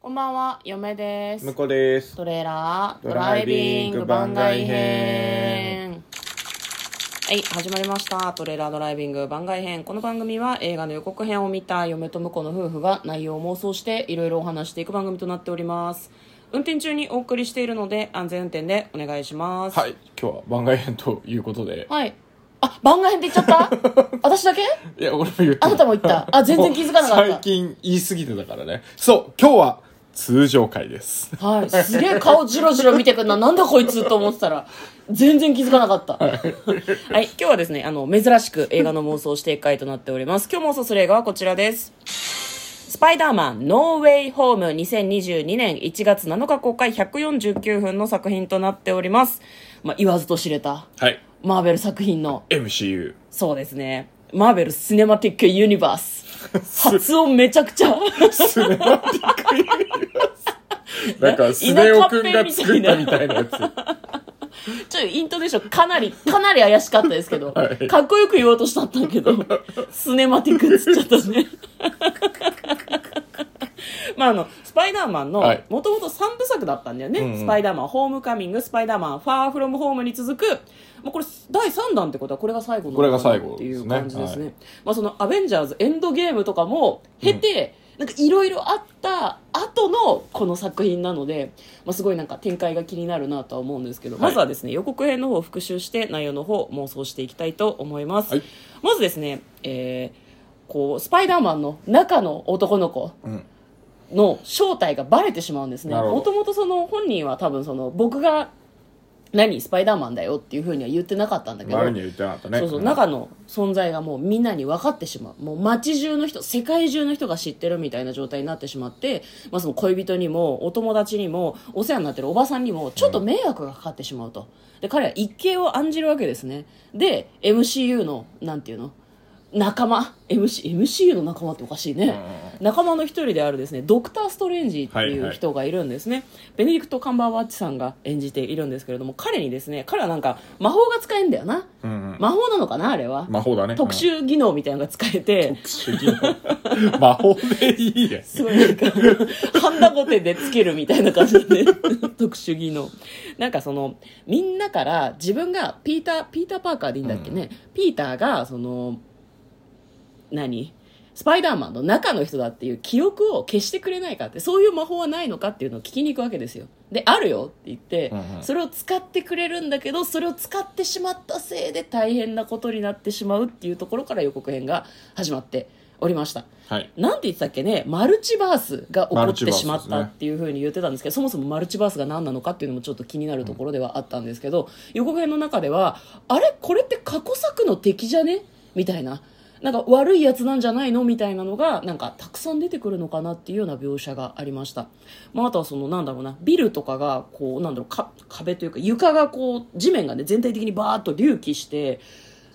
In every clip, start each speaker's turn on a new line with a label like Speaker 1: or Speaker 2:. Speaker 1: こんばんは、嫁です
Speaker 2: 向。こうです
Speaker 1: トレーラードライビング番外編。はい、始まりました。トレーラードライビング番外編。この番組は映画の予告編を見た嫁と婿の夫婦が内容を妄想していろいろお話していく番組となっております。運転中にお送りしているので安全運転でお願いします。
Speaker 2: はい今日は番外編ということで
Speaker 1: はい。あ、番外編って言っちゃった 私だけ
Speaker 2: いや俺も言って
Speaker 1: あなたも言ったあ全然気づかなかった
Speaker 2: もう最近言い過ぎてたからねそう今日は通常回です
Speaker 1: はい。すげえ顔じろじろ見てくんな。なんだこいつと思ってたら、全然気づかなかった。はい、今日はですね、あの、珍しく映画の妄想していく回となっております。今日妄想する映画はこちらです。スパイダーマン、ノーウェイホーム2022年1月7日公開149分の作品となっております。まあ、言わずと知れた、
Speaker 2: はい
Speaker 1: マーベル作品の、
Speaker 2: MCU
Speaker 1: そうですね、マーベル・シネマティック・ユニバー ス。発音めちゃくちゃ。
Speaker 2: スネマティックユニバースなんかスネオくんが作ったみたいなやつ
Speaker 1: ちょっとイントネーションかなり、かなり怪しかったですけど、
Speaker 2: はい
Speaker 1: かっこよく言おうとしたんだけ ど、スネマティックっつっちゃったね。 まああの、スパイダーマンの
Speaker 2: はい、
Speaker 1: もともと3部作だったんだよね。
Speaker 2: ん
Speaker 1: スパイダーマン、ホームカミング、スパイダーマン、ファーフロムホームに続く、もうこれ第3弾ってことはこれが最後な
Speaker 2: これ
Speaker 1: の
Speaker 2: が
Speaker 1: かな
Speaker 2: 最
Speaker 1: っ
Speaker 2: 後
Speaker 1: て
Speaker 2: で
Speaker 1: い
Speaker 2: す
Speaker 1: う
Speaker 2: ね
Speaker 1: 感じですね。
Speaker 2: は
Speaker 1: まあそのアベンジャーズエンドゲームとかも経て、なんかいろいろあった後のこの作品なので、まあ、すごいなんか展開が気になるなとは思うんですけど、
Speaker 2: はい
Speaker 1: まずはですね予告編の方を復習して内容の方を妄想していきたいと思います、
Speaker 2: はい
Speaker 1: まずですね、えーこうスパイダーマンの中の男の子
Speaker 2: うん
Speaker 1: の正体がバレてしまうんですね
Speaker 2: なるほど
Speaker 1: もともとその本人は多分その僕が何スパイダーマンだよっていうふうには言ってなかったんだけど
Speaker 2: 周りには言ってなかったね
Speaker 1: そうそう、
Speaker 2: ん
Speaker 1: 中の存在がもうみんなに分かってしまう。もう街中の人、世界中の人が知ってるみたいな状態になってしまって、まあその恋人にも、お友達にも、お世話になってるおばさんにも、ちょっと迷惑がかかってしまうと。で、彼は一計を案じるわけですね。で、MCU の、なんていうの仲間 MC MCU の仲間っておかしいね、仲間の一人であるですねドクター・ストレンジって
Speaker 2: はい
Speaker 1: い
Speaker 2: は
Speaker 1: う
Speaker 2: い
Speaker 1: 人がいるんですね、ベネディクト・カンバーバッチさんが演じているんですけれども彼にですね彼はなんか魔法が使えるんだよな
Speaker 2: うんうん
Speaker 1: 魔法なのかなあれは、
Speaker 2: 魔法だね
Speaker 1: 特殊技能みたいなのが使えて
Speaker 2: 特 殊魔法でいいや
Speaker 1: すごいなんかハンダゴテでつけるみたいな感じで 特殊技能なんかそのみんなから自分がピーターピーター・パーカーでいいんだっけね、ピーターがその何スパイダーマンの中の人だっていう記憶を消してくれないかってそういう魔法はないのかっていうのを聞きに行くわけですよであるよって言って、
Speaker 2: うんうん
Speaker 1: それを使ってくれるんだけどそれを使ってしまったせいで大変なことになってしまうっていうところから予告編が始まっておりました
Speaker 2: はい
Speaker 1: なんて言ってたっけねマルチバースが起こ
Speaker 2: マル
Speaker 1: っ
Speaker 2: チ
Speaker 1: て
Speaker 2: バース
Speaker 1: しまっ
Speaker 2: です
Speaker 1: た
Speaker 2: ね
Speaker 1: っていうふうに言ってたんですけどそもそもマルチバースが何なのかっていうのもちょっと気になるところではあったんですけど、予告編の中ではあれこれって過去作の敵じゃねみたいな。なんか悪いやつなんじゃないのみたいなのがなんかたくさん出てくるのかなっていうような描写がありました、まあ、あとはそのなんだろうなビルとかがこうなんだろうか壁というか床がこう地面がね全体的にバーッと隆起して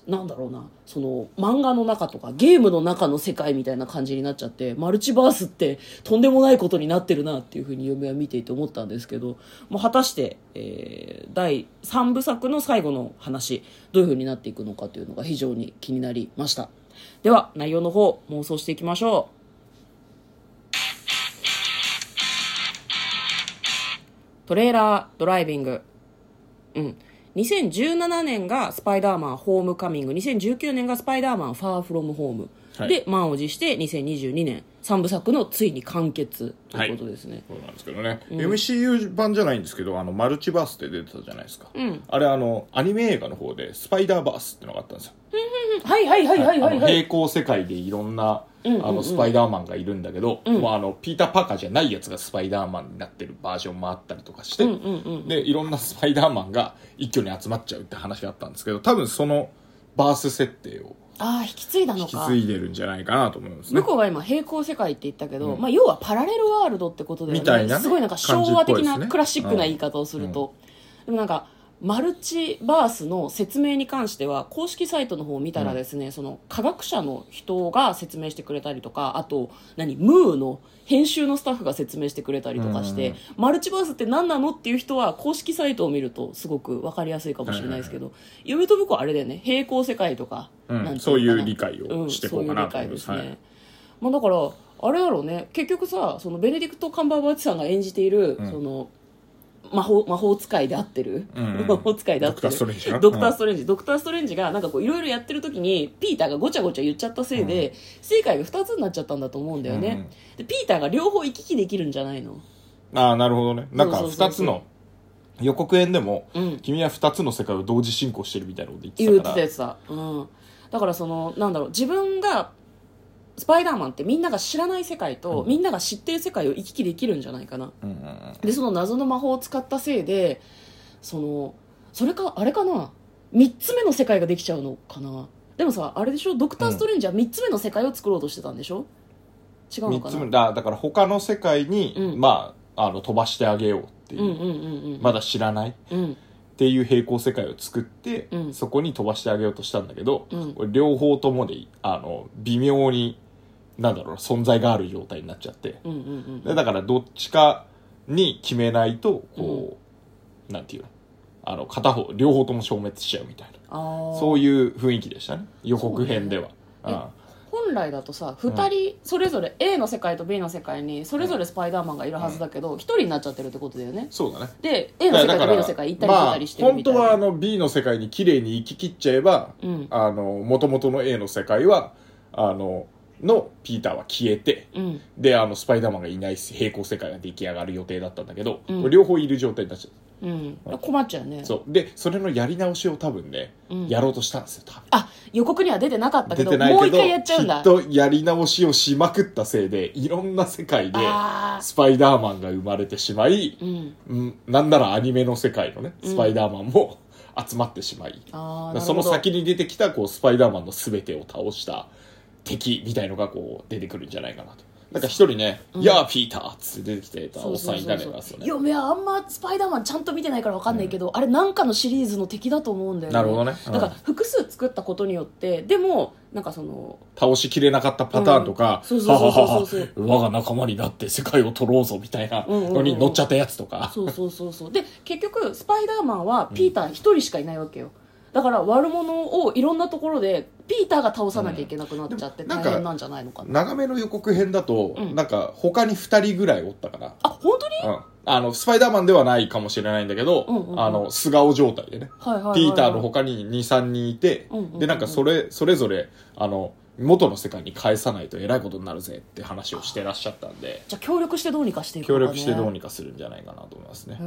Speaker 1: なんだろうなその漫画の中とかゲームの中の世界みたいな感じになっちゃってマルチバースってとんでもないことになってるなっていうふうに嫁は見ていて思ったんですけどもう果たして、えー第3部作の最後の話どういうふうになっていくのかというのが非常に気になりましたでは内容の方妄想していきましょうトレーラードライビングうん、2017年が「スパイダーマンホームカミング」2019年が「スパイダーマンファーフロムホーム」
Speaker 2: はい
Speaker 1: で満を持して2022年3部作のついに完結ということですね、
Speaker 2: そうなんですけどね、MCU 版じゃないんですけどあのマルチバースって出てたじゃないですか、
Speaker 1: ん
Speaker 2: あれあのアニメ映画の方でスパイダーバースってのがあったんですよ、
Speaker 1: はい、はいはいはいはい
Speaker 2: あの
Speaker 1: はい
Speaker 2: 平行世界でいろんな、あのスパイダーマンがいるんだけど、もうあのピーター・パーカーじゃないやつがスパイダーマンになってるバージョンもあったりとかして、でいろんなスパイダーマンが一挙に集まっちゃうって話があったんですけど多分そのバース設定を
Speaker 1: ああ引き継いだ
Speaker 2: 引
Speaker 1: の
Speaker 2: き
Speaker 1: か
Speaker 2: 継いでるんじゃないかなと思いますね
Speaker 1: 向こうが今平行世界って言ったけど、
Speaker 2: うん
Speaker 1: まあ、要はパラレルワールドってことで、ね、
Speaker 2: みたいなね
Speaker 1: すごいなんか昭和
Speaker 2: 感じっぽい
Speaker 1: 的
Speaker 2: です
Speaker 1: な
Speaker 2: ね
Speaker 1: クラシックな言い方をすると、でもなんかマルチバースの説明に関しては公式サイトの方を見たらですね、その科学者の人が説明してくれたりとかあと何ムーの編集のスタッフが説明してくれたりとかして、
Speaker 2: うん
Speaker 1: マルチバースって何なのっていう人は公式サイトを見るとすごく分かりやすいかもしれないですけど、夢と向こうあれだよね平行世界とか,、
Speaker 2: うん
Speaker 1: なんて
Speaker 2: そう
Speaker 1: のか
Speaker 2: いう
Speaker 1: な
Speaker 2: 理解をしていこうかなと思います、
Speaker 1: んそういう理解ですね、
Speaker 2: はい
Speaker 1: まあ、だからあれやろね結局さそのベネディクト・カンバーバッチさんが演じている、
Speaker 2: うん
Speaker 1: その魔法魔法使いで合ってる、
Speaker 2: うんう ん
Speaker 1: 魔法使いで合ってる
Speaker 2: ドクターストレンジな
Speaker 1: ドクターストレンジ、ドクターストレンジがなんかこういろいろやってる時にピーターがごちゃごちゃ言っちゃったせいで、世界が2つになっちゃったんだと思うんだよね、
Speaker 2: うんうん
Speaker 1: でピーターが両方行き来できるんじゃないの
Speaker 2: ああなるほどねなんか
Speaker 1: そうそうそう
Speaker 2: 2つの予告編でも、
Speaker 1: うん
Speaker 2: 君は2つの世界を同時進行してるみたいなこと言って
Speaker 1: 言ったて
Speaker 2: から
Speaker 1: たやつだ、うん、だからそのなんだろう自分がスパイダーマンってみんなが知らない世界と、
Speaker 2: うん
Speaker 1: みんなが知ってる世界を行き来できるんじゃないかな
Speaker 2: うんうんうん
Speaker 1: でその謎の魔法を使ったせいでそのそれかあれかな3つ目の世界ができちゃうのかなでもさあれでしょドクター・ストレンジは3つ目の世界を作ろうとしてたんでしょ違うの
Speaker 2: 3
Speaker 1: か
Speaker 2: つ
Speaker 1: な
Speaker 2: 目だだから他の世界に、
Speaker 1: うん
Speaker 2: まああの飛ばしてあげようっていう、
Speaker 1: うんうんうんうん
Speaker 2: まだ知らないっ
Speaker 1: うん
Speaker 2: ていう平行世界を作って、
Speaker 1: うん
Speaker 2: そこに飛ばしてあげようとしたんだけど、
Speaker 1: うん
Speaker 2: これ両方ともであの微妙になんだろうな存在がある状態になっちゃって
Speaker 1: うんうんうん
Speaker 2: でだからどっちかに決めないとこう、なんていうのあの片方両方とも消滅しちゃうみたい
Speaker 1: あ
Speaker 2: な
Speaker 1: ー
Speaker 2: そういう雰囲気でしたね予告編では
Speaker 1: そうね本来だとさ2人それぞれ A の世界と B の世界にそれぞれスパイダーマンがいるはずだけど1人になっちゃってるってことだよね
Speaker 2: そうだね
Speaker 1: で A の世界と B の世界行ったり来たりしてるみたいな、
Speaker 2: まあ、本当はあの B の世界に綺麗に行き切っちゃえば、
Speaker 1: うん
Speaker 2: あの元々の A の世界はあののピーターは消えて
Speaker 1: うん
Speaker 2: であのスパイダーマンがいない平行世界が出来上がる予定だったんだけど、
Speaker 1: うん
Speaker 2: これ両方いる状態になっちゃう
Speaker 1: うん困っちゃうね
Speaker 2: そうでそれのやり直しを多分ね、
Speaker 1: うん
Speaker 2: やろうとしたんですよ多分
Speaker 1: あ予告には出てなかったけ
Speaker 2: 出
Speaker 1: ど
Speaker 2: てない
Speaker 1: もう
Speaker 2: け
Speaker 1: 一
Speaker 2: ど
Speaker 1: 回やっちゃうん
Speaker 2: き
Speaker 1: だ
Speaker 2: っとやり直しをしまくったせいでいろんな世界で
Speaker 1: あ
Speaker 2: スパイダーマンが生まれてしまい
Speaker 1: ー、うん
Speaker 2: うん、なんならアニメの世界のね
Speaker 1: うん
Speaker 2: スパイダーマンも 集まってしまい、
Speaker 1: あーなるほど
Speaker 2: その先に出てきたこうスパイダーマンの全てを倒した敵みたいのがこう出てくるんじゃないかなとなんか一人ね「
Speaker 1: うん
Speaker 2: やあピーター」っつって出てきてた
Speaker 1: そ
Speaker 2: お
Speaker 1: う
Speaker 2: っさ
Speaker 1: そ
Speaker 2: ん
Speaker 1: う
Speaker 2: い
Speaker 1: そ
Speaker 2: た
Speaker 1: う
Speaker 2: り
Speaker 1: そ
Speaker 2: と
Speaker 1: う
Speaker 2: かですよ
Speaker 1: いや
Speaker 2: ね
Speaker 1: いやあんまスパイダーマンちゃんと見てないからわかんないけど、あれなんかのシリーズの敵だと思うんだよね
Speaker 2: なるほどねうん
Speaker 1: だから複数作ったことによってでもなんかその
Speaker 2: 倒しきれなかったパターンとか「
Speaker 1: うんそう
Speaker 2: は
Speaker 1: そう
Speaker 2: は
Speaker 1: そう
Speaker 2: は
Speaker 1: そう
Speaker 2: は
Speaker 1: そう
Speaker 2: 我が仲間になって世界を取ろうぞ」みたいな
Speaker 1: うんうんうんうん
Speaker 2: のに乗っちゃったやつとか、
Speaker 1: そうそうそうそうで結局スパイダーマンはピーター一人しかいないわけよ、だから悪者をいろんなところでピーターが倒さなきゃいけなくなっちゃって
Speaker 2: うんでも
Speaker 1: 大
Speaker 2: なんか
Speaker 1: 変なんじゃないのかな,、
Speaker 2: 長めの予告編だと、
Speaker 1: うん
Speaker 2: なんか他に2人ぐらいおったから
Speaker 1: あ本当に
Speaker 2: うん、あのスパイダーマンではないかもしれないんだけど、
Speaker 1: うんうんうん
Speaker 2: あの素顔状態でね、
Speaker 1: はいはいはいはい
Speaker 2: ピーターの他に23人いて、
Speaker 1: うんうんうん
Speaker 2: でなんかそれそれぞれあの元の世界に返さないとえらいことになるぜって話をしてらっしゃったんで
Speaker 1: じゃあ協力してどうにかしていく
Speaker 2: 協力してどう
Speaker 1: に
Speaker 2: にかするんじゃないかなと思いますね、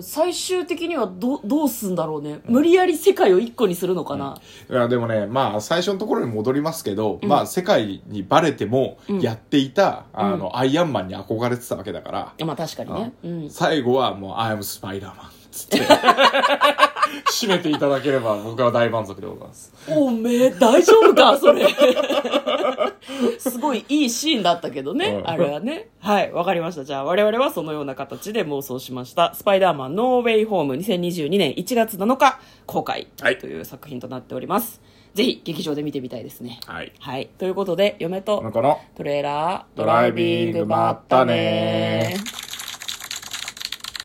Speaker 1: 最終的にはどどうすんだろうね、無理やり世界を一個にするのかな、
Speaker 2: いやでもねまあ最初のところに戻りますけど、
Speaker 1: うん
Speaker 2: まあ世界にバレても
Speaker 1: うん
Speaker 2: やっていた、
Speaker 1: ん
Speaker 2: あのアイアンマンに憧れてたわけだから、
Speaker 1: まあ確かにね、うん、
Speaker 2: 最後はもう「I am スパイダーマン」つって締めていただければ僕は大満足でございます
Speaker 1: おめえ大丈夫かそれすごいいいシーンだったけどね、
Speaker 2: うん
Speaker 1: あれはねはいわかりましたじゃあ我々はそのような形で妄想しました「スパイダーマンノーウェイホーム」2022年1月7日公開
Speaker 2: はい
Speaker 1: という作品となっております、ぜひ劇場で見てみたいですね
Speaker 2: はい
Speaker 1: はいということで嫁と
Speaker 2: この
Speaker 1: トレーラード
Speaker 2: ドライビングまったねー